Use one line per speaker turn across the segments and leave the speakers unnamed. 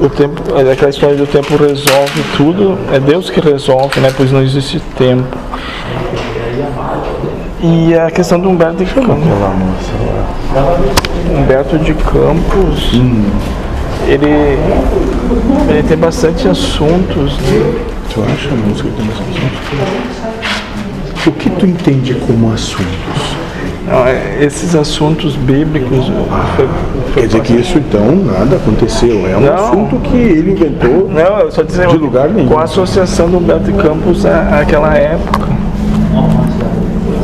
o tempo, aquela história do tempo resolve tudo, é Deus que resolve, né? Pois não existe tempo. E a questão do Humberto de Campos. né? Humberto de Campos, ele, ele tem bastante assuntos. né?
Tu acha, moço, que tem assuntos? O que tu entende como assuntos?
Não, é- esses assuntos bíblicos. foi- foi-
Quer dizer que isso, então, nada aconteceu. É um
Não.
assunto que ele inventou. né?
Não, eu só dizer
De lugar nenhum.
com a associação do Humberto de Campos à- àquela época.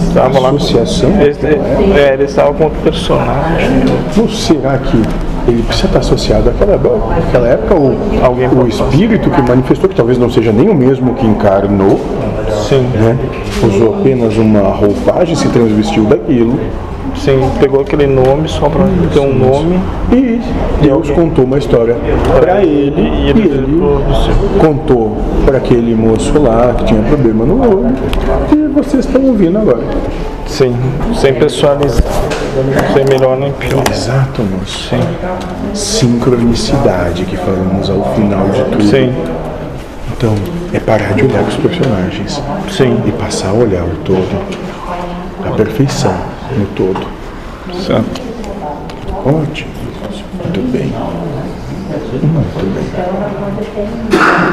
Estava lá com-
Associação?
Eles- é, ele estava com outro personagem.
Ou será que ele precisa estar associado àquela, àquela época ou
Alguém
o espírito que manifestou, que talvez não seja nem o mesmo que encarnou,
Sim.
né? usou apenas uma roupagem, se transvestiu daquilo
Sim, pegou aquele nome só para ter um nome.
e Deus contou uma história para ele
E
e
ele
ele
do seu.
contou para aquele moço lá que tinha problema no olho e vocês estão ouvindo agora.
Sim, sem pessoalizar. Sem melhor nem pior.
Exato, moço.
Sim.
Sincronicidade que falamos ao final de tudo.
Sim.
Então, é parar de olhar os personagens
Sim.
e passar a olhar o todo, a perfeição no todo. Ótimo. Muito bem. Muito bem.